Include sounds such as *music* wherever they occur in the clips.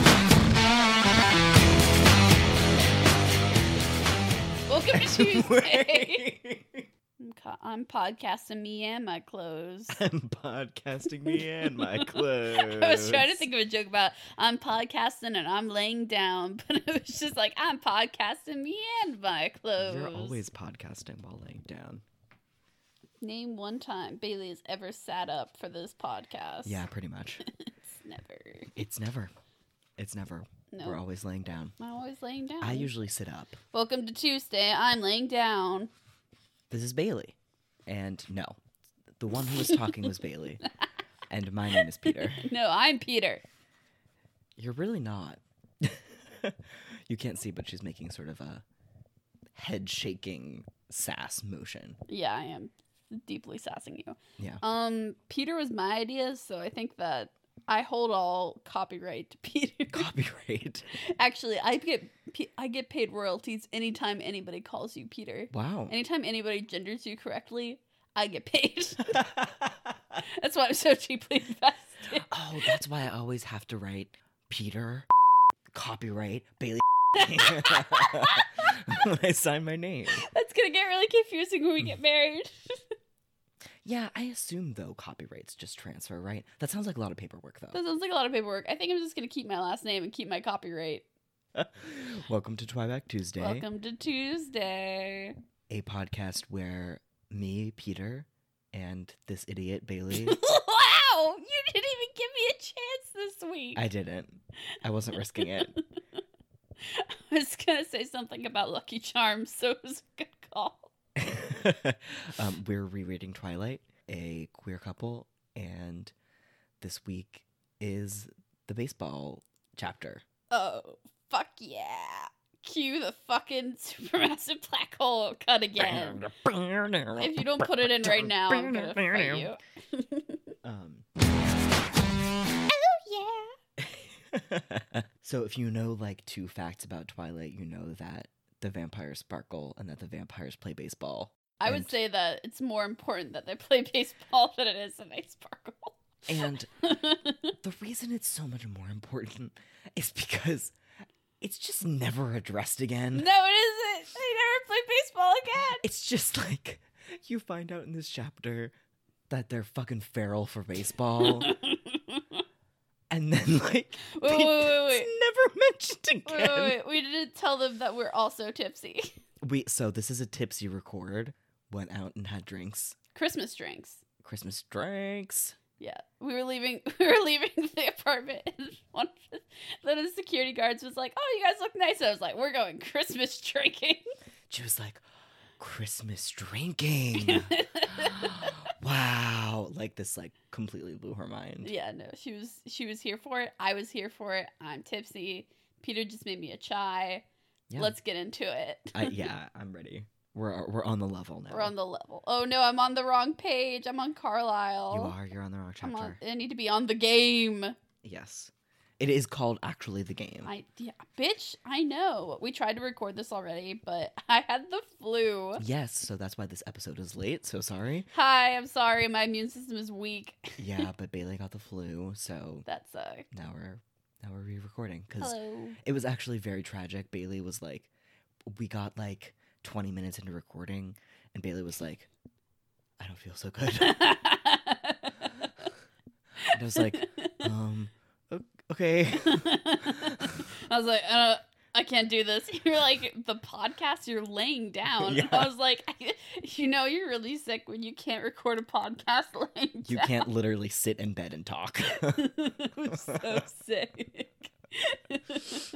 *laughs* *laughs* way. I'm, co- I'm podcasting me and my *laughs* clothes. I'm podcasting me and *laughs* my clothes. I was trying to think of a joke about I'm podcasting and I'm laying down, *laughs* but it was just like I'm podcasting me and my clothes. You're always podcasting while laying down. name one time Bailey has ever sat up for this podcast. Yeah, pretty much. it's never. It's never. It's never. No, We're always laying down. I'm always laying down. I usually sit up. Welcome to Tuesday. I'm laying down. This is Bailey. And no, the one who was talking was Bailey. *laughs* And my name is Peter. No, I'm Peter. You're really not. *laughs* you can't see, but she's making sort of a head shaking sass motion. Yeah, I am deeply sassing you. Yeah. Um, Peter was my idea, so I think that I hold all copyright to *laughs* Peter. Copyright. Actually, I get P- I get paid royalties anytime anybody calls you Peter. Wow. Anytime anybody genders you correctly, I get paid. *laughs* That's why I'm so cheaply *laughs* invested. oh, that's why I always have to write Peter, copyright, Bailey. *laughs* when I sign my name. That's gonna get really confusing when we get married. *laughs* Yeah, I assume though copyrights just transfer, right? That sounds like a lot of paperwork though. That sounds like a lot of paperwork. I think I'm just gonna keep my last name and keep my copyright. *laughs* Welcome to Twyback Tuesday, Welcome to Tuesday. a podcast where me, Peter, and this idiot *laughs* Bailey. wow, you didn't even give me a chance this week. I didn't. I wasn't risking it. *laughs* I was gonna say something about Lucky Charms, so it was a good call. *laughs* um, we're rereading Twilight, a queer couple, and this week is the baseball chapter. Oh, fuck yeah. Cue the fucking supermassive black hole cut again. If you don't put it in right now, I'm gonna fight you. *laughs* Oh, Um, Yeah. *laughs* so if you know like two facts about Twilight, you know that the vampires sparkle and that the vampires play baseball. I And- would say that it's more important that they play baseball than it is that they sparkle. *laughs* And the reason it's so much more important is because it's just never addressed no, it again. isn't. They never play baseball again. It's just like you find out in this chapter that they're fucking feral *laughs* for baseball. and then like Wait, wait, wait, wait. it's never Wait, mentioned again. wait, wait. We didn't tell them that we're also tipsy. *laughs* We so this is a tipsy record. Went out and had drinks. Christmas drinks. Christmas drinks. Yeah, we were leaving. *laughs* We were leaving the apartment, and *laughs* one of the, one of the security guards was like, "Oh, you guys look nice." I was like, "We're going Christmas *laughs* drinking." She was like, Christmas drinking. wow. Like this like completely blew her mind. *laughs* yeah, no, she was she was here for it. I was here for it. I'm tipsy. Peter just made me a chai. Yeah. Let's get into it. I, *laughs* yeah, I'm ready. We're uh, we're on the level now. We're on the level. Oh no, I'm on the wrong page. I'm on Carlisle. You are, you're on the wrong I'm chapter. on, I need to be on the game. Yes. It is called actually the game. I yeah, bitch. I know. We tried to record this already, but *laughs* I had the flu. *laughs* Yes, so that's why this episode is late. So sorry. Hi, I'm sorry. My immune system is weak. *laughs* *laughs* Yeah, but Bailey got the flu, so That sucks. now we're now we're re-recording because Hello. it was actually very tragic. Bailey was like, we got like 20 minutes into recording, and Bailey was like, I don't feel so good. *laughs* and I was like, um, o- okay. *laughs* *laughs* I was like, uh, I can't do this. *laughs* You're like the podcast. You're laying down. *laughs* Yeah. I was like, *laughs* you know, you're really sick when you can't record a podcast *laughs* laying You *laughs* down. can't literally sit in bed and talk. *laughs* *laughs* I'm so sick. *laughs*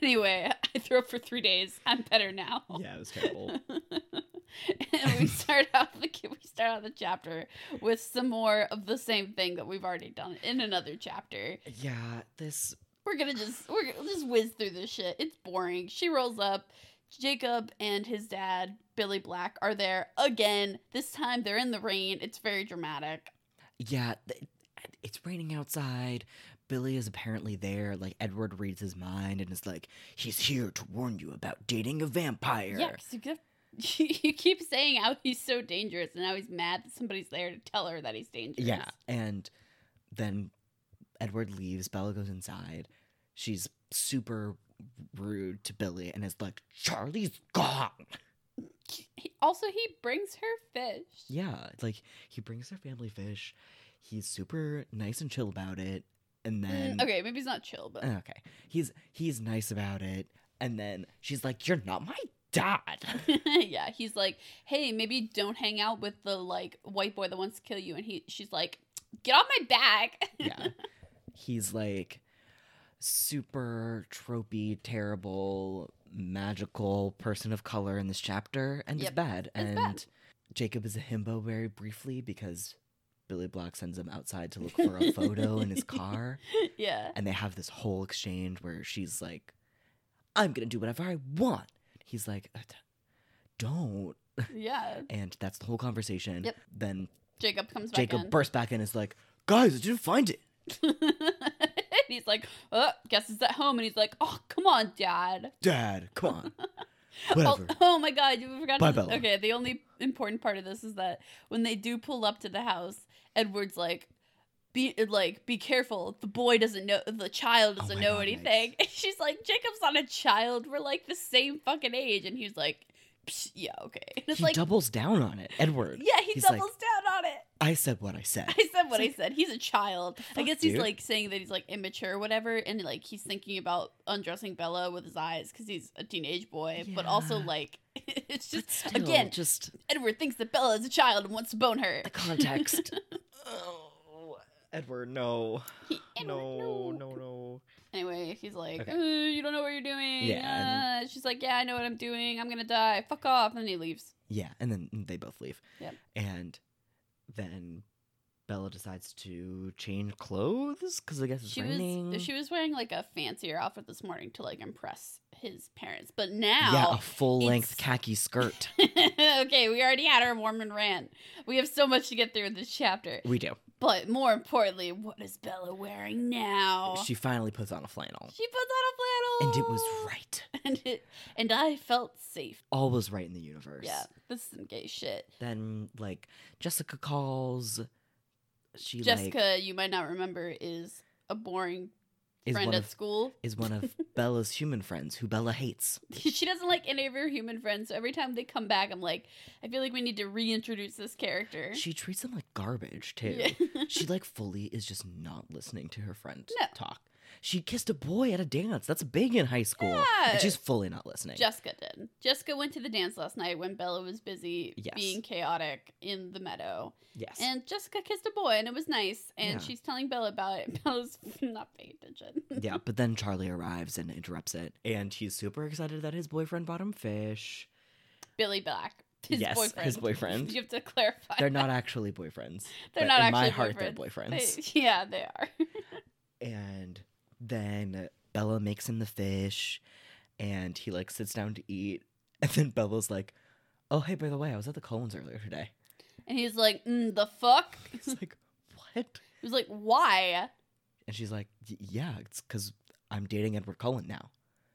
anyway, I threw up for three days. I'm better now. yeah, it was *laughs* terrible. *laughs* and we start out the we start out the chapter with some more of the same thing that we've already done in another chapter. Yeah, this. We're gonna just we're gonna just whiz through this shit. It's boring. She rolls up. Jacob and his dad Billy Black are there again. This time they're in the rain. It's very dramatic. Yeah, th- it's raining outside. Billy is apparently there. Like, Edward reads his mind and is like, he's here to warn you about dating a vampire. Yeah, 'cause you keep *laughs* you keep saying how he's so dangerous and how he's mad that somebody's there to tell her that he's dangerous. Yeah. And then Edward leaves. Bella goes inside. She's super rude to Billy and is like, Charlie's gone. He, also, he brings her fish. Yeah, it's like he brings their family fish. He's super nice and chill about it, and then Mm, okay, maybe he's not chill, but okay, he's he's nice about it, and then she's like, "You're not my dad." *laughs* *laughs* yeah, he's like, hey, maybe don't hang out with the like white boy that wants to kill you. And he, she's like, get on my back. yeah, he's like super tropey, terrible, magical person of color in this chapter, and Yep, it's bad. it's and bad. Jacob is a himbo very briefly because Billy Black sends him outside to look for a photo *laughs* in his car. *laughs* yeah. and they have this whole exchange where she's like, "I'm gonna do whatever I want." He's like, "Uh, d- "Don't," Yeah. and that's the whole conversation. Yep. Then Jacob comes back Jacob in. bursts back in and is like, "Guys, I didn't find it." *laughs* and he's like, oh, guess it's at home. And he's like, oh, come on, dad. Dad, *laughs* come on, Oh, *laughs* whatever. oh my God, you forgot. Bye, to- Bella. Okay, the only important part of this is that when they do pull up to the house, Edward's like, be like, be careful. The boy doesn't know. The child Oh doesn't my know God, anything. *laughs* She's like, Jacob's not a child. We're like the same fucking age. And he's like, "Psh, yeah, okay. *laughs* And it's he like, doubles down on it, Edward. yeah, he he's doubles like- down on it. *laughs* I said what I said. I said what I said. He's a child. I fuck, guess he's dude? like saying that he's like immature or whatever, and like he's thinking about undressing Bella with his eyes because he's a teenage boy. But also Yeah. like, *laughs* it's But just still, again- just *laughs* Edward thinks that Bella is a child and wants to bone her. *laughs* the context. oh, Edward, no, He- Edward, no, no. Anyway, he's like, Okay. "Uh, you don't know what you're doing. Yeah, Uh, she's like, yeah, I know what I'm doing. I'm gonna die. Fuck off. And then he leaves. Yeah, and then they both leave. Yep. And then Bella decides to change clothes because I guess it's She raining. was she was wearing like a fancier outfit this morning to like impress his parents. But yeah, a now, full length it's- khaki skirt. *laughs* okay, we already had our Mormon rant. We have so much to get through in this chapter. we do. But more importantly, what is Bella wearing now? She finally puts on a flannel, She puts on a and flannel, it *laughs* was right. and it and I felt safe. All was right in the universe. Yeah, this is some gay shit. Then like Jessica calls. She Jessica, like you might not remember, is a boring is friend one at of school. *laughs* is one of Bella's human friends who Bella hates. she doesn't like any of her human friends, so every time they come back, I'm like, I feel like we need to reintroduce this character. She treats them like garbage too. *laughs* Yeah. she like fully is just not listening to her friend No. talk. She kissed a boy at a dance. That's big in high school. Yeah. And she's fully not listening. Jessica did. Jessica went to the dance last night when Bella was busy Yes. being chaotic in the meadow. yes. And Jessica kissed a boy and it was nice. And Yeah. she's telling Bella about it. *laughs* and Bella's not paying attention. *laughs* yeah, but then Charlie arrives and interrupts it. And he's super excited that his boyfriend bought him fish. Billy Black. His Yes, his boyfriend. *laughs* boyfriend. you have to clarify. They're not actually boyfriends. They're but not in actually my heart, they're boyfriends. They- *laughs* yeah, they are. and then Bella makes him the fish and he like sits down to eat. *laughs* And then Bella's like, Oh hey, by the way, I was at the Collins earlier today. *laughs* And he's like, mm, the fuck? He *laughs* He's like, What? was like, why? And she's like, "Y- Yeah, it's because I'm dating Edward Cullen now.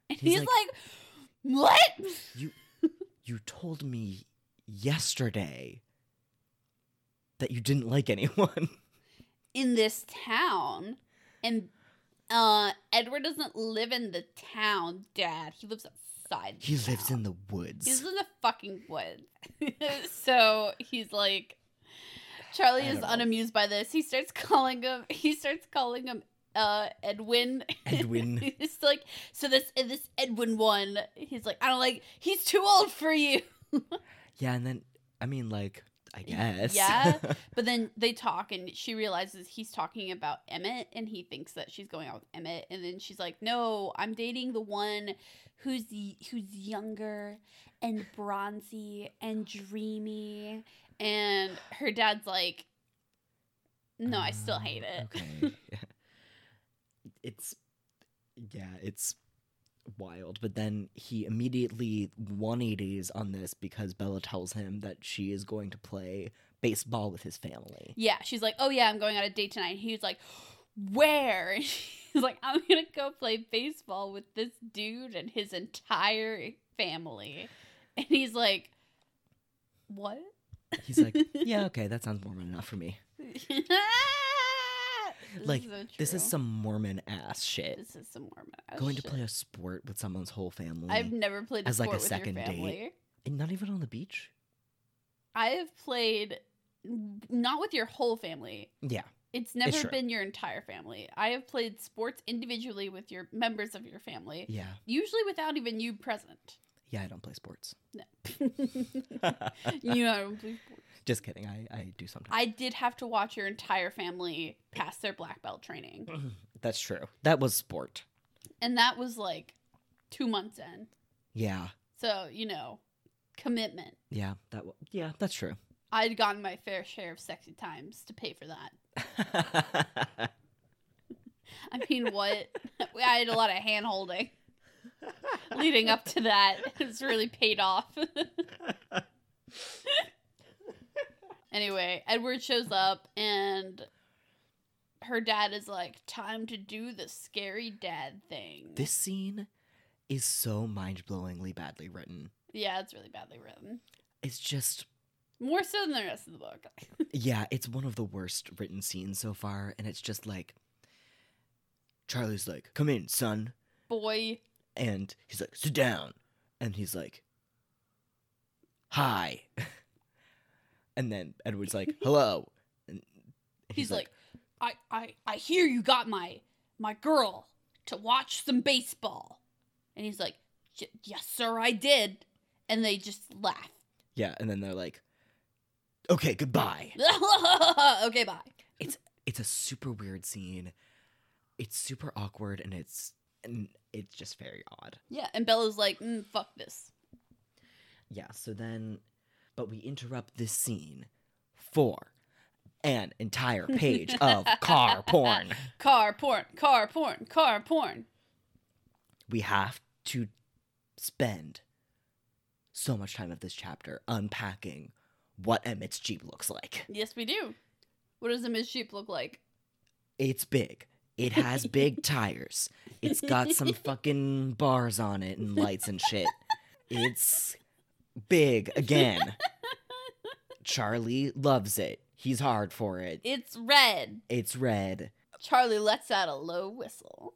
And he's, He's like, like- what? You told me yesterday that you didn't like anyone. *laughs* In this town. And uh Edward doesn't live in the town, Dad. He lives outside. the He lives town. in the He lives woods. in the fucking woods. *laughs* so he's like, Charlie I is don't know. unamused by this. He starts calling him. He starts calling him uh, Edwin. *laughs* Edwin. it's like so. This this Edwin one. He's like, I don't like. He's too old for you. yeah, and then, I mean, like, I guess. *laughs* yeah. But then they talk, and she realizes he's talking about Emmett, and he thinks that she's going out with Emmett, and then she's like, "No, I'm dating the one who's y- who's younger and bronzy and dreamy." And her dad's like, "No, I still Oh, hate it." okay. *laughs* *laughs* it's, yeah, it's wild. But then he immediately 180s on this because Bella tells him that she is going to play baseball with his family. Yeah, she's like, "Oh yeah, I'm going on a date tonight." And he's like, "Where?" *laughs* And she's like, "I'm gonna go play baseball with this dude and his entire family." And he's like, "What?" *laughs* He's like, yeah, okay, that sounds Mormon enough for me. Like, so This is true. some Mormon ass shit. This is some Mormon. Going to play a sport with someone's whole family. I've never played a as, like, sport a with second your date. family. And not even on the beach? I have played n- not with your whole family. Yeah. It's never true. been your entire family. I have played sports individually with your members of your family, Yeah. usually without even you present. Yeah, I don't play sports. No. *laughs* you know, I don't play sports. *laughs* Just kidding. I, I do sometimes. I did have to watch your entire family pass their black belt training. *clears throat* That's true. That was sport. And that was like two months in. Yeah. So, you know, commitment. Yeah. That wa yeah, that's true. *laughs* I'd gotten my fair share of sexy times to pay for that. I mean, what? I had a lot of hand holding leading up to that. *laughs* It's really paid off. anyway, Edward shows up and her dad is like, time to do the scary dad thing. this scene is so mind-blowingly badly written. yeah, it's really badly written. It's just More so than the rest of the book. *laughs* yeah, it's one of the worst written scenes so far, and it's just like Charlie's like, "Come in, son," Boy, and he's like, "Sit down," and he's like, "Hi," *laughs* and then *laughs* Edward's like, "Hello," and he's, like, I, I, I hear you got my my girl to watch some baseball, and he's like, "Y- yes, sir, I did, and they just laugh. *laughs* "Yeah," and then they're like, "Okay, goodbye." okay, bye. It's a super weird scene. It's super awkward, and it's and it's just very odd. Yeah, and Bella's like, mm, fuck this. Yeah, so then, but we interrupt this scene for an entire page of car porn. Car porn, car porn, car porn. We have to spend so much time of this chapter unpacking what Emmett's Jeep looks like. Yes, we do. What does a Miss Sheep look like? It's big. It has big tires. *laughs* It's got some fucking bars on it and lights and shit. It's big again. Charlie loves it. He's hard for it. It's red. *laughs* It's red. Charlie lets out a low *laughs* whistle.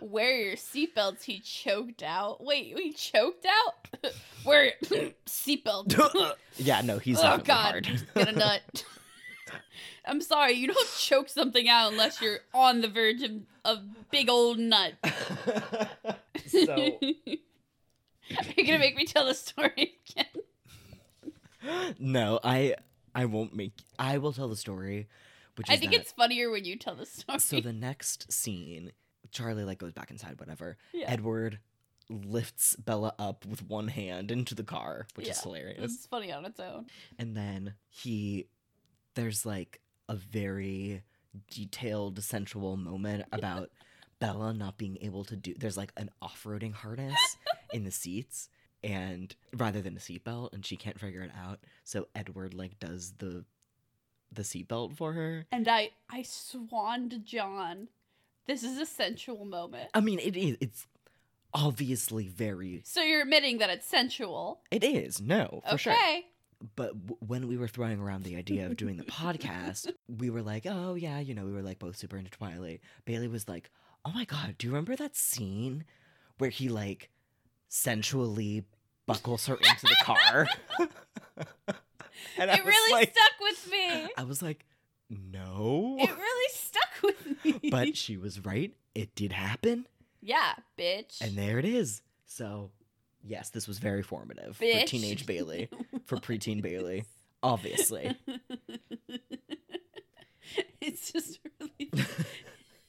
Wear your seatbelts, he choked out. Wait, he choked out? *laughs* Wear your *clears throat* seatbelt. oh, yeah, no, *laughs* he's God. definitely hard. *laughs* Get a nut. I'm sorry, you don't *laughs* choke something out unless you're on the verge of a big old nut. *laughs* so you're going to make me tell the story again. *laughs* no, I I won't make I will tell the story, which is I think that- it's funnier when you tell the story. so the next scene, Charlie like goes back inside, whatever. *laughs* Yeah. Edward lifts Bella up with one hand into the car, which is Yeah. hilarious. it's funny on its own. And then he there's like a very detailed sensual moment about Bella not being able to do there's like an off-roading harness in the seats and rather than a seatbelt and she can't figure it out. So Edward like does the the seatbelt for her. And I, I swanned John. This is a sensual moment. I mean it is it's obviously very So you're admitting that it's sensual. it is, no, for okay. sure. but w- when we were throwing around the idea of *laughs* doing the podcast, we were like, oh, yeah, you know, we were like both super into Twilight. Bailey was like, oh my God, do you remember that scene where he like sensually buckles her into the car? *laughs* and It really like, stuck with *laughs* me. I was like, no. It really stuck with me. but she was right. It did happen. *laughs* yeah, bitch. And there it is. So, yes, this was very formative for Bitch. *laughs* teenage Bailey, for preteen Bailey, obviously. it's just really, *laughs*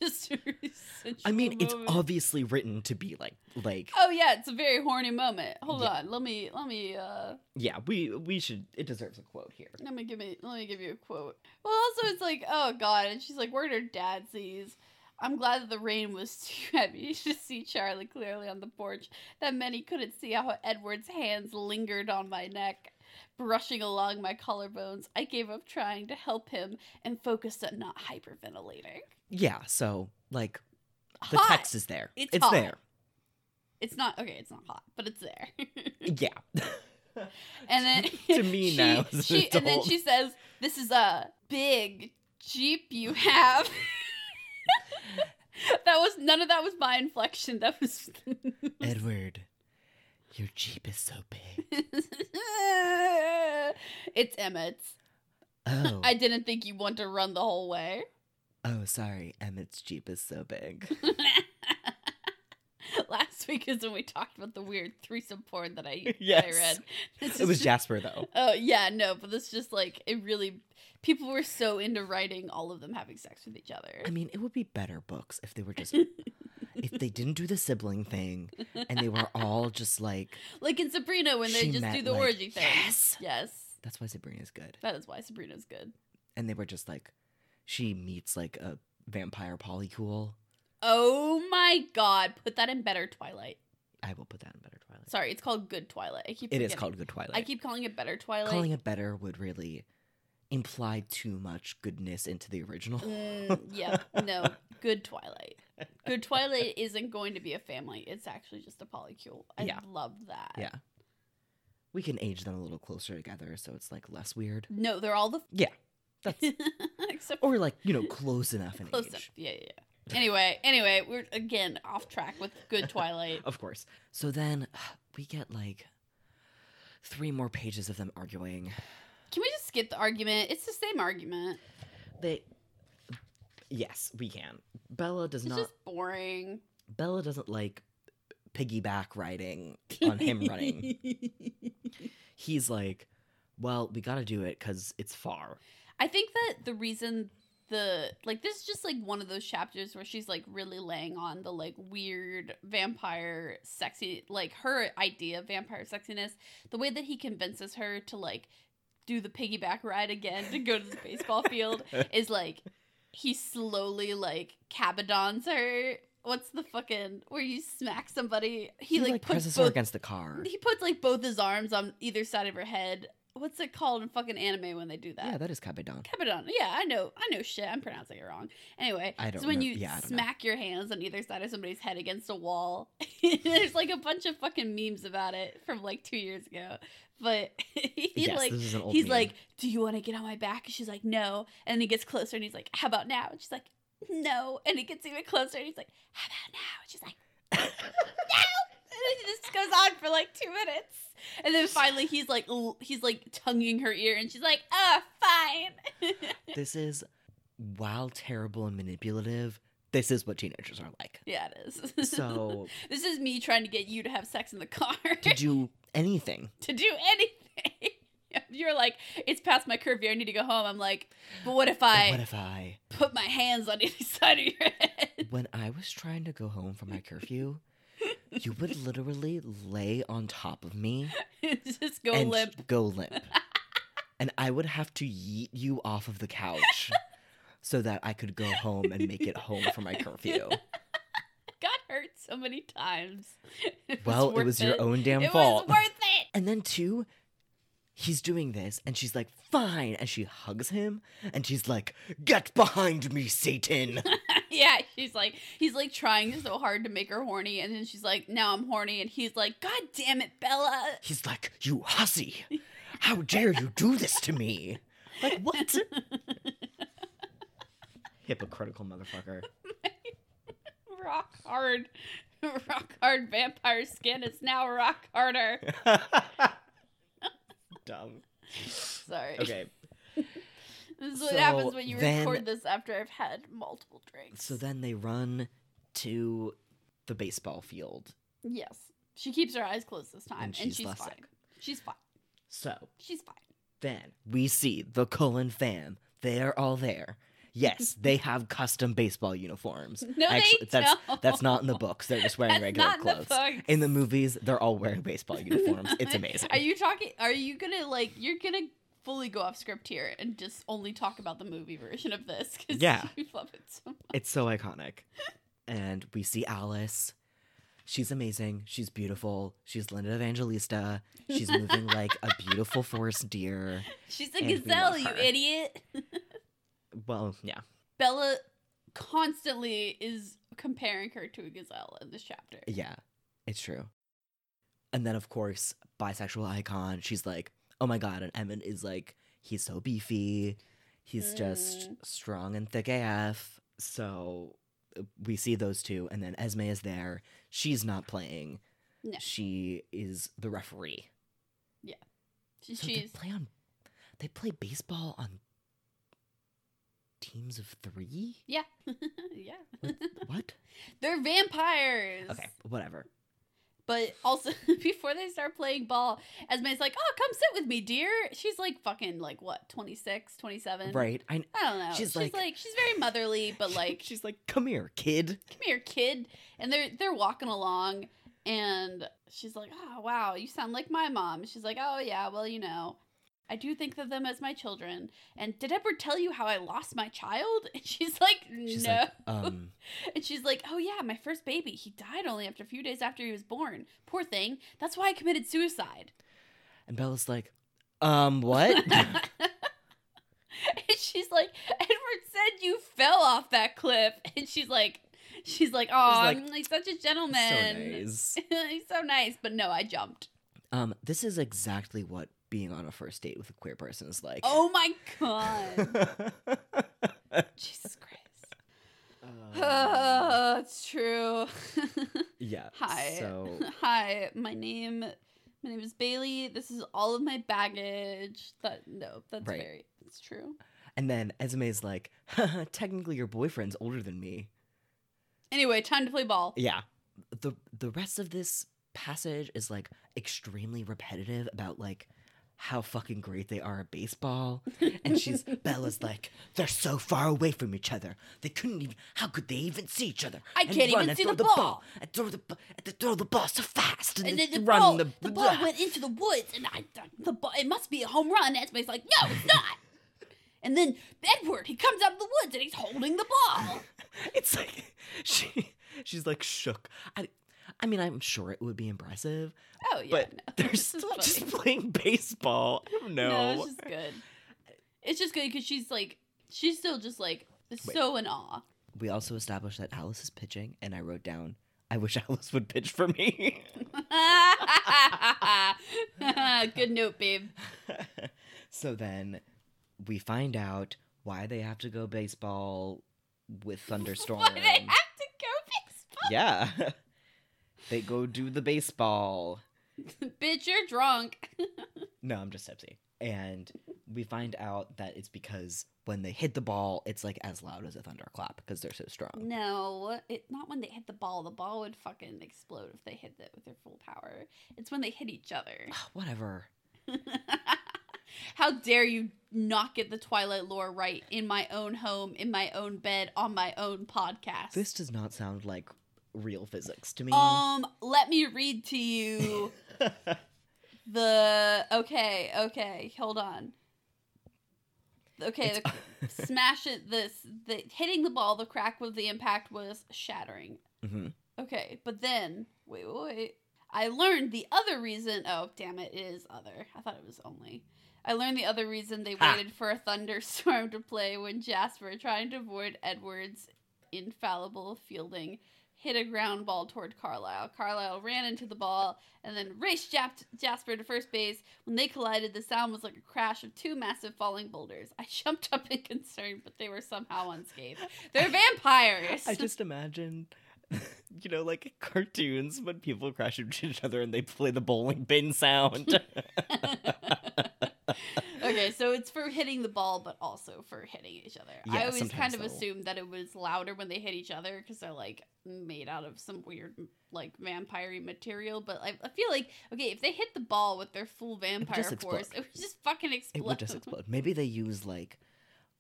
just a really sensual I mean, it's moment. obviously written to be like like Oh yeah, it's a very horny moment. Hold Yeah. on, let me let me uh yeah, we we should it deserves a quote here. let me give me let me give you a quote. Well, also it's like, oh god, and she's like, where did her dad sees? I'm glad that the rain was *laughs* too heavy to see Charlie clearly on the porch. That many couldn't see how Edward's hands lingered on my neck, brushing along my collarbones. I gave up trying to help him and focused on not hyperventilating. Yeah, so like the Hot. text is there. It's It's, hot. there. It's not okay. It's not hot, but it's there. *laughs* Yeah. and then *laughs* To *laughs* me she, now as an she and then adult. she says, "This is a big jeep you have." *laughs* that was none of that was my inflection. That was Edward, Your Jeep is so big. *laughs* it's Emmett's. Oh. I didn't think you want to run the whole way. *laughs* Oh, sorry. Emmett's Jeep is so big. Last week is when we talked about the weird threesome porn *laughs* that I, Yes. I read. This It was is- Jasper, though. Oh yeah, no, but this just like it really people were so into writing all of them having sex with each other. I mean, it would be better books if they were just. if they didn't do the sibling thing and they were all just like. like in Sabrina when they She just meant, do the like, orgy thing. yes. Yes. That's why Sabrina's good. That is why Sabrina's good. And they were just like. She meets like a vampire polycool. Oh my god, put that in better Twilight. I will put that in Better Twilight. Sorry, it's called Good Twilight. I keep It is forgetting. called Good Twilight. I keep calling it Better Twilight. Calling it better would really imply too much goodness into the original. *laughs* Mm, yeah, no, Good Twilight. Good Twilight isn't going to be a family. It's actually just a polycule. I Yeah. love that. Yeah. We can age them a little closer together so it's like *laughs* less weird. No, they're all the Yeah. That's *laughs* except or like, you know, close enough in close age. enough. Yeah, yeah, yeah. Anyway, anyway, we're again off track with Good Twilight. Of course. So then *sighs* we get like three more pages of them arguing. Can we just skip the argument? It's the same argument. They Yes, we can. Bella does It's not just boring. Bella doesn't like piggyback riding on him running. He's like, "Well, we got to do it cuz it's far." *laughs* I think that the reason the like this is just like one of those chapters where she's like really laying on the like weird vampire sexy like her idea of vampire sexiness, the way that he convinces her to like do the piggyback ride again to go to the baseball *laughs* field is like he slowly like cabadons her. What's the fucking where you smack somebody? He, like, puts presses her both against the car. he puts like both his arms on either side of her head. What's it called in fucking anime when they do that? Yeah, that is Cabedon. Cabadon. Yeah, I know. I know shit. I'm pronouncing it wrong. Anyway, I don't it's when know- you yeah, I don't know. smack your hands on either side of somebody's head against a wall. *laughs* There's like a bunch of fucking memes about it from like two years ago. But *laughs* he yes, like this is an old he's meme. like, "Do you want to get on my back?" And she's like, "No." And he gets closer and he's like, "How about now?" And she's like, "No." And he gets even closer and he's like, "How about now?" And she's *laughs* like, "No." And it just goes on for like two minutes. And then finally, he's like, l- he's like tonguing her ear, and she's like, "Ah, fine." *laughs* this is while terrible and manipulative, this is what teenagers are like. yeah, it is. So *laughs* this is me trying to get you to have sex in the car *laughs* to do anything. to do anything. *laughs* You're like, it's past my curfew. I need to go home. I'm like, but what if But I what if I put my hands on either *laughs* side of your head? when I was trying to go home from my curfew, you would literally lay on top of me *laughs* just go and limp. go limp. *laughs* and I would have to yeet you off of the couch so that I could go home and make it home *laughs* for my curfew. *laughs* Got hurt so many times. *laughs* It Well, it worth was your own damn It fault. *laughs* was worth it. *laughs* And then two, he's doing this, and she's like, "Fine," and she hugs him, and she's like, "Get behind me, Satan!" *laughs* yeah, she's like, he's like trying so hard to make her horny, and then she's like, now I'm horny, and he's like, God damn it, Bella. *laughs* he's like, "You hussy! How dare you do this to me?" Like *laughs* what? Hypocritical motherfucker. Rock hard, *laughs* rock hard vampire skin is now rock harder. *laughs* Dumb. Sorry. Okay. *laughs* This is what So happens when you then- record this after I've had multiple drinks. So then they run to the baseball field. yes, she keeps her eyes closed this time, And and she's she's, less fine. sick. She's fine. So She's fine. *laughs* Then we see the Cullen fam. They are all there. *laughs* Yes, they have custom baseball uniforms. No, they that's don't. that's not in the books. They're just wearing That's regular not in the clothes. books. in the movies, they're all *laughs* wearing baseball uniforms. It's amazing. Are you talking? Are you gonna like? You're gonna fully go off script here and just only talk about the movie version of this? 'cause Yeah. *laughs* you love it so much. It's so iconic. And we see Alice. She's amazing. She's beautiful. She's Linda Evangelista. She's moving like a beautiful forest deer. She's a And we gazelle, love you her. idiot. *laughs* Well, yeah. Bella constantly is comparing her to a gazelle in this chapter. Yeah, it's true. And then, of course, bisexual icon. She's like, oh my god. And Emmett is like, he's so beefy. He's just strong and thick AF. So uh, we see those two. And then Esme is there. She's not playing. No. She is the referee. She- So She's they play on they play baseball on teams of three? yeah, *laughs* yeah. What? what? They're vampires. Okay, whatever. But also, *laughs* before they start playing ball, Esme's like, "Oh, come sit with me, dear." She's like fucking like what, 26, 27? Right. I I don't know. She's She's, like- like, she's very motherly, *laughs* but like, she's, she's like, "Come here, kid." come here, kid. And they're they're walking along, and she's like, "Oh wow, you sound like my mom." She's like, "Oh yeah, well you know, I do think of them as my children." And did I ever tell you how I lost my child? *laughs* And she's like, "No." She's like, "Um, And she's like, "Oh yeah, my first baby. He died only after a few days after he was born. Poor thing. That's why I committed *laughs* suicide." *laughs* And Bella's like, um, what? *laughs* and she's like, "Edward said you fell off that cliff." And she's like, "She's like, oh, like, he's such a so gentleman. nice. *laughs* he's so nice." But no, I *laughs* jumped. Um, this is exactly what being on a first date with a queer person is like. *laughs* Oh my god, Jesus Christ! *sighs* *laughs* Um, Oh, it's true. *laughs* yeah. Hi. *laughs* So Hi, my name my name is Bailey. This is all of my baggage. That no, that's Right. very it's true. and then Esme's like, *laughs* technically your boyfriend's older than me. Anyway, time to play ball. Yeah. The the rest of this passage is like extremely repetitive about like how fucking great they are at baseball. And she's *laughs* Bella's like, they're so far away from each other. They couldn't even. How could they even see each other? I And can't run even and see throw the ball." And throw the bu- and they throw the ball so fast. And, And they then the run ball, the, the, *laughs* ball went into the woods, and I the ball. It must be a home run. And Esme's like, no, it's not. and then Edward, he comes out of the woods, and he's holding the ball. *laughs* It's like she she's like shook. I I mean I'm sure it would be impressive, Oh yeah, *laughs* but no, they're this is still funny. just playing baseball. I don't know. No, it's just good. It's just good because she's like, she's still just like Wait. so in awe. *laughs* We also established that Alice is pitching, and I wrote down, I wish *laughs* Alice would pitch for me. *laughs* Good note, babe. *laughs* so then we find out why they have to go baseball with *laughs* Thunderstorm. Why they have to go yeah. *laughs* they go do the baseball. baseball? Bitch, you're drunk. *laughs* No, I'm just tipsy. And we find out that it's because when they hit the ball, it's like as loud as a thunderclap because they're so strong. No, it not when they hit the ball. The ball would fucking explode if they hit it with their full power. It's when they hit each other. *laughs* Whatever. How dare you not get the Twilight lore right in my own home, in my own bed, on my own podcast? This does not sound like real physics to me. *laughs* um, let me read to you the okay, okay, hold on. Okay, the *laughs* smash it this the hitting the ball the crack of the impact was shattering hmm okay but then wait wait wait i learned the other reason oh damn it, it is other i thought it was only i learned the other reason they Ha. waited for a thunderstorm *laughs* to play when jasper trying to avoid edwards infallible fielding hit a ground ball toward carlisle carlisle ran into the ball and then raced Jap- jasper to first base when they collided, the sound was like a crash of two massive falling boulders. I *laughs* jumped up in concern, but they were somehow unscathed. *laughs* They're vampires. I just imagine, *laughs* you know, like cartoons when people crash into each other and they play the bowling bin sound. *laughs* *laughs* okay, so it's for hitting the ball, but also for hitting each other. Yeah, I always sometimes kind of they'll- assumed that it was louder when they hit each other because they're like made out of some weird like vampire material. But I, I feel like okay, if they hit the ball with their full vampire just force, *laughs* explode. it would just fucking explode. it would just explode. Maybe they use like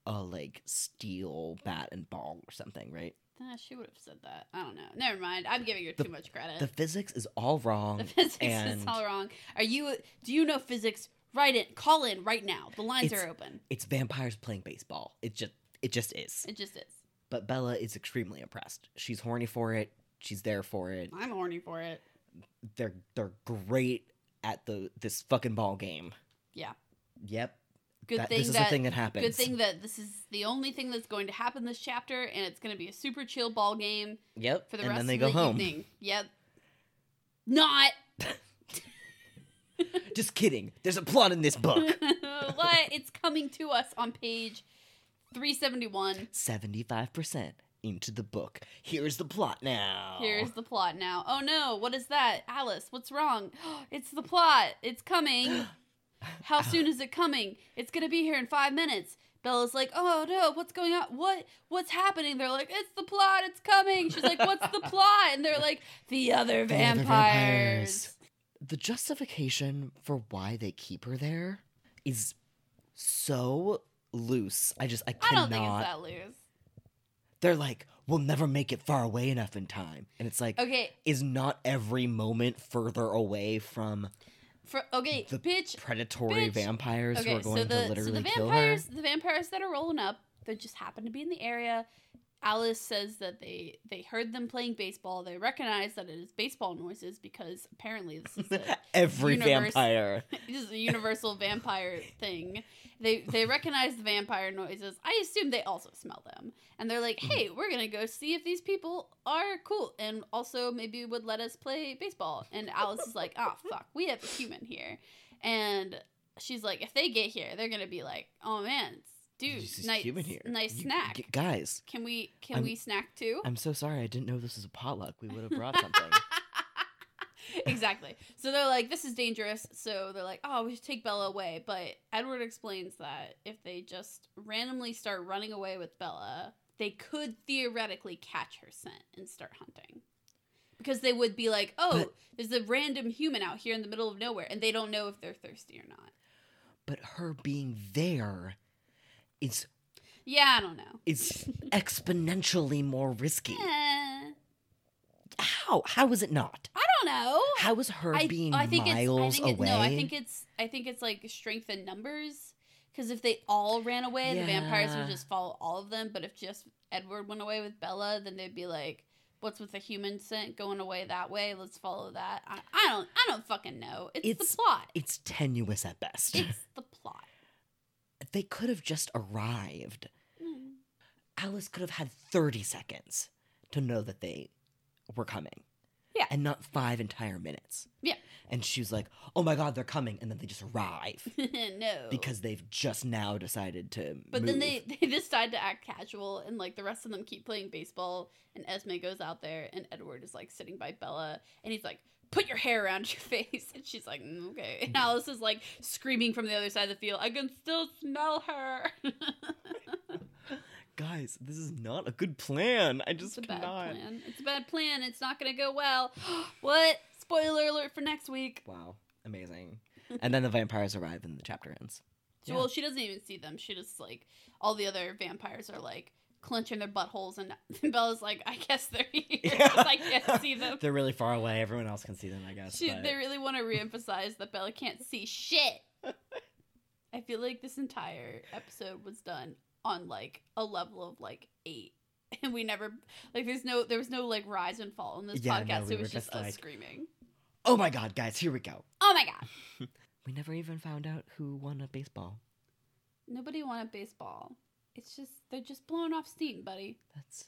a like steel bat and ball or something, right? Nah, Ah, she would have said that. I don't know. Never mind. I'm giving her The- too much credit. The physics is all Uh, *laughs* The wrong. physics is and- all wrong. Are you? Do you know physics? Write it. Call in right now. The lines It's- are open. It's vampires playing baseball. It just it just is. It just is. But Bella is extremely impressed. She's horny for it. She's there for it. I'm horny for it. They're they're great at the this fucking ball game. Yeah. Yep. Good that, thing this is that. a thing that happens. good thing that this is the only thing that's going to happen this chapter, and it's going to be a super chill ball game Yep. for the and rest then they of go the home. evening. Yep. Not *laughs* *laughs* Just kidding. There's a plot in *laughs* this book. what it's coming to us on page three seventy one. 75%. into the book. Here's the plot now. Here's the plot now. Oh no, what is that? Alice, what's wrong? *gasps* It's the plot. It's *gasps* coming. How soon is it coming? It's gonna be here in five minutes. Bella's like, oh no, what's going on? What what's happening? They're like, it's the plot, it's coming. She's like, what's the plot? And they're like, the other The other vampires. The justification for why they keep her there is so loose. I just I I cannot. don't think it's that loose. They're like, we'll never make it far away enough in time, and it's like, Okay, is not every moment further away from for okay, The bitch. predatory bitch. vampires who Okay, are going so the to so literally the kill her? vampires the vampires that are rolling up, they just happen to be in the area. Alice says that they they heard them playing baseball. They recognize that it is baseball noises because apparently this is a *laughs* Every universe- vampire. this is a *laughs* universal vampire thing. They they recognize the vampire noises. I assume they also smell them. And they're like, "Hey, we're going to go see if these people are cool and also maybe would let us play baseball." And Alice is like, "Ah, fuck. We have a human here." And she's like, "If they get here, they're going to be like, "Oh man, dude, This is nice human here. nice You- snack. g- guys, can we can I'm- we snack too?" I'm so sorry. I didn't know this was a potluck. We would have brought something. *laughs* exactly. So they're like, this is dangerous. So they're like, oh, we should take Bella away. But Edward explains that if they just randomly start running away with Bella, they could theoretically catch her scent and start hunting. Because they would be like, oh, But- there's a random human out here in the middle of nowhere, and they don't know if they're thirsty or not. but her being there is Yeah, I don't know. is exponentially more risky. Eh, I How? How is it not? don't know. How is her Oh, I, being I think miles it's, I think away? It, no, I think it's I think it's like strength in numbers. Because if they all ran away, the vampires would Yeah. just follow all of them. But if just Edward went away with Bella, then they'd be like, "What's with the human scent going away that way? Let's follow that." I, I don't I don't fucking know. It's, It's- the plot. it's tenuous at best. It's the plot. *laughs* they could have just arrived. Mm. Alice could have had 30 seconds to know that they were coming. Yeah. And not five entire minutes. Yeah. And she was like, oh my God, they're coming. And then they just arrive no, because they've just now decided to. Oh. But then move. they, *laughs* they decide to act casual, and like the rest of them keep playing baseball. And Esme goes out there, and Edward is like sitting by Bella, and he's like, "Put your hair around your *laughs* face," and she's like, "Mm, "Okay." And Alice is like screaming from the other side of the field, "I can still smell her." *laughs* Guys, this is not a good plan. I it's just a bad cannot. plan. It's a bad plan. It's not gonna go well. *gasps* what? Spoiler alert for next week. Wow. Amazing. and then the vampires arrive and the chapter *laughs* ends. So, Yeah. Well, she doesn't even see them. She just like all the other vampires are like clenching their buttholes, and *laughs* Bella's like, "I guess they're here. *laughs* 'cause I can't see them." They're really far away. Everyone else can see them, I guess. She, but- They really want to reemphasize that Bella can't see *laughs* shit. I feel like this entire episode was done on like a level of like eight, *laughs* and we never like there's no there was no like rise and fall in this Yeah, no, podcast. we it was were just, just us like- screaming. Oh my God, guys, here we go. Oh my god! We never even found out who won a baseball. Nobody wanted baseball. It's just they're just blowing off steam, buddy. That's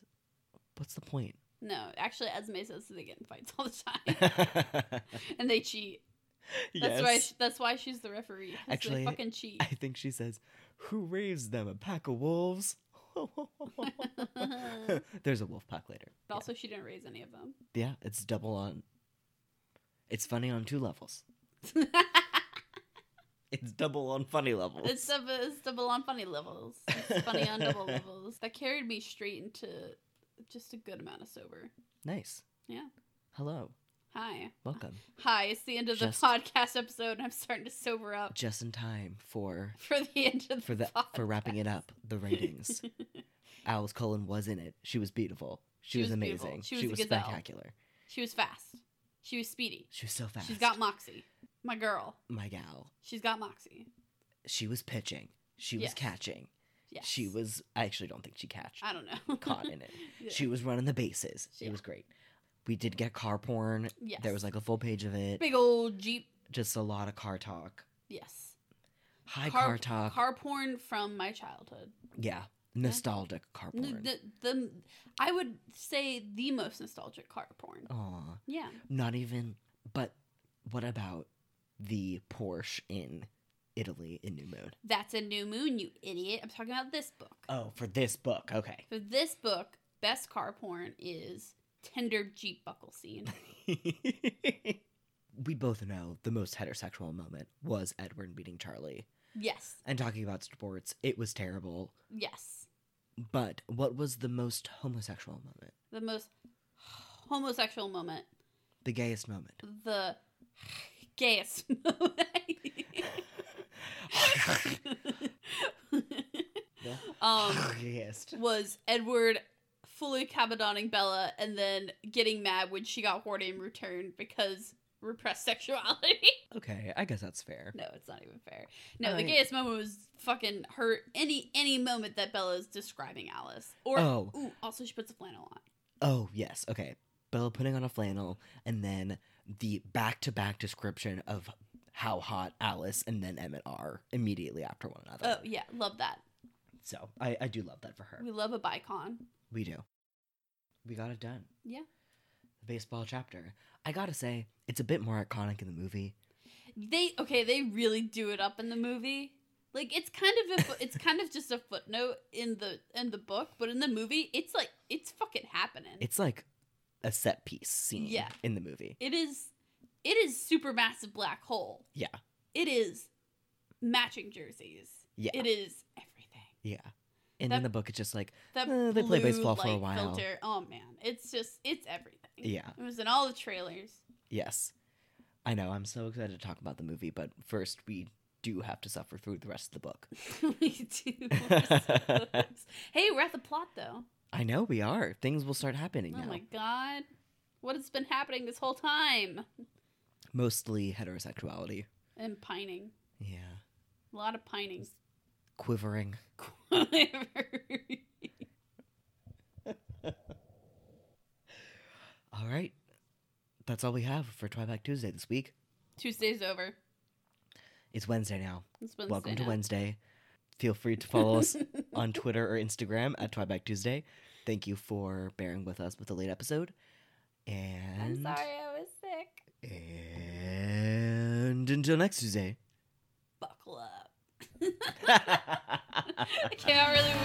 what's *laughs* the point? *laughs* No, actually, Esme says they get in fights all the time, and they cheat. That's why. Yes. that's why she's the referee. 'cause Actually, they fucking cheat. I think she says, "Who raised them? A pack of *laughs* wolves." *laughs* There's a wolf pack later. But also, she didn't raise any of them. Yeah, it's double on. It's funny on two levels. *laughs* *laughs* It's double on funny levels. it's, double, it's double on funny levels. It's funny on *laughs* double levels. That carried me straight into just a good amount of sober. nice. Yeah. Hello, Hi. welcome. Hi. It's the end of Just- the podcast episode. and I'm starting to sober up Just in time for for the end of the *laughs* for the pod- for wrapping it up. *laughs* The ratings. Alice Cullen was in it. She was beautiful. She, She was, was amazing. beautiful. She She was was, a gazelle. spectacular. she was fast. She was speedy. She was so fast. She's got moxie. My girl. my gal. She's got moxie. She was pitching. She was Yes. catching. Yes. She was. I actually don't think she catched. I don't know. *laughs* Caught *laughs* in it. Yeah. She was running the bases. Yeah. It was great. We did get car porn. Yes. There was like a full page of it. big old jeep. Just a lot of car talk. Yes. High car, talk. Car porn from my childhood. yeah. Nostalgic car N- porn. The, the, I would say the most nostalgic car Oh. porn. Aw. Yeah. Not even. But what about the Porsche in Italy in New Moon? Uh. That's a new moon, you idiot. I'm talking about this book. Oh, for this book. Okay. *laughs* For this book, best car porn is tender Jeep buckle scene. we both know the most heterosexual moment was Edward meeting Charlie Yes. and talking about sports. It was terrible. Yes. But what was the most homosexual moment? The most homosexual moment. The *laughs* gayest moment? *laughs* The gayest *laughs* moment. um, gayest. was Edward fully cabadoning Bella and then getting mad when she got horny in return because repressed *laughs* sexuality. Okay, I guess that's fair. no, it's not even fair. No, the I- gayest moment was fucking her any any moment that Bella is describing Alice. Or Oh. ooh, also she puts a flannel on. Oh, yes. Okay. Bella putting on a flannel and then the back to back description of how hot Alice and then Emmett are immediately after one another. Oh yeah, love that. So I, I do love that for her. We love a bicon. We do. We got it done. Yeah. The baseball chapter. I gotta say, it's a bit more iconic in the movie. They okay, they really do it up in the movie. Like it's kind of a, fo- it's kind of just a footnote in the in the book, but in the movie, it's like it's fucking happening. It's like a set piece scene Yeah. in the movie. It is it is super massive black hole. Yeah. It is matching jerseys. Yeah. It is everything. yeah. And That- in the book, it's just like, That Uh, they play blue baseball for a light while. Filter. Oh man, it's just it's everything. yeah, It was in all the trailers. *laughs* yes. I know, I'm so excited to talk about the movie, but first we do have to suffer through the rest of the book. we *laughs* do. hey, we're at the plot though. I know we are. Things will start happening Oh now. my god. What has been happening this whole time? Mostly heterosexuality. And pining. Yeah. A lot of pining. Quivering. Uh. All right. That's all we have for Tryback Tuesday this week. *laughs* Tuesday's over. It's Wednesday now. It's Wednesday Welcome to now. Wednesday. Feel free to *laughs* follow us *laughs* on Twitter or Instagram at Tryback Tuesday. Thank you for bearing with us with the late episode. And I'm sorry I was sick. And until next Tuesday. *laughs* Buckle up. I can't really *laughs* *laughs*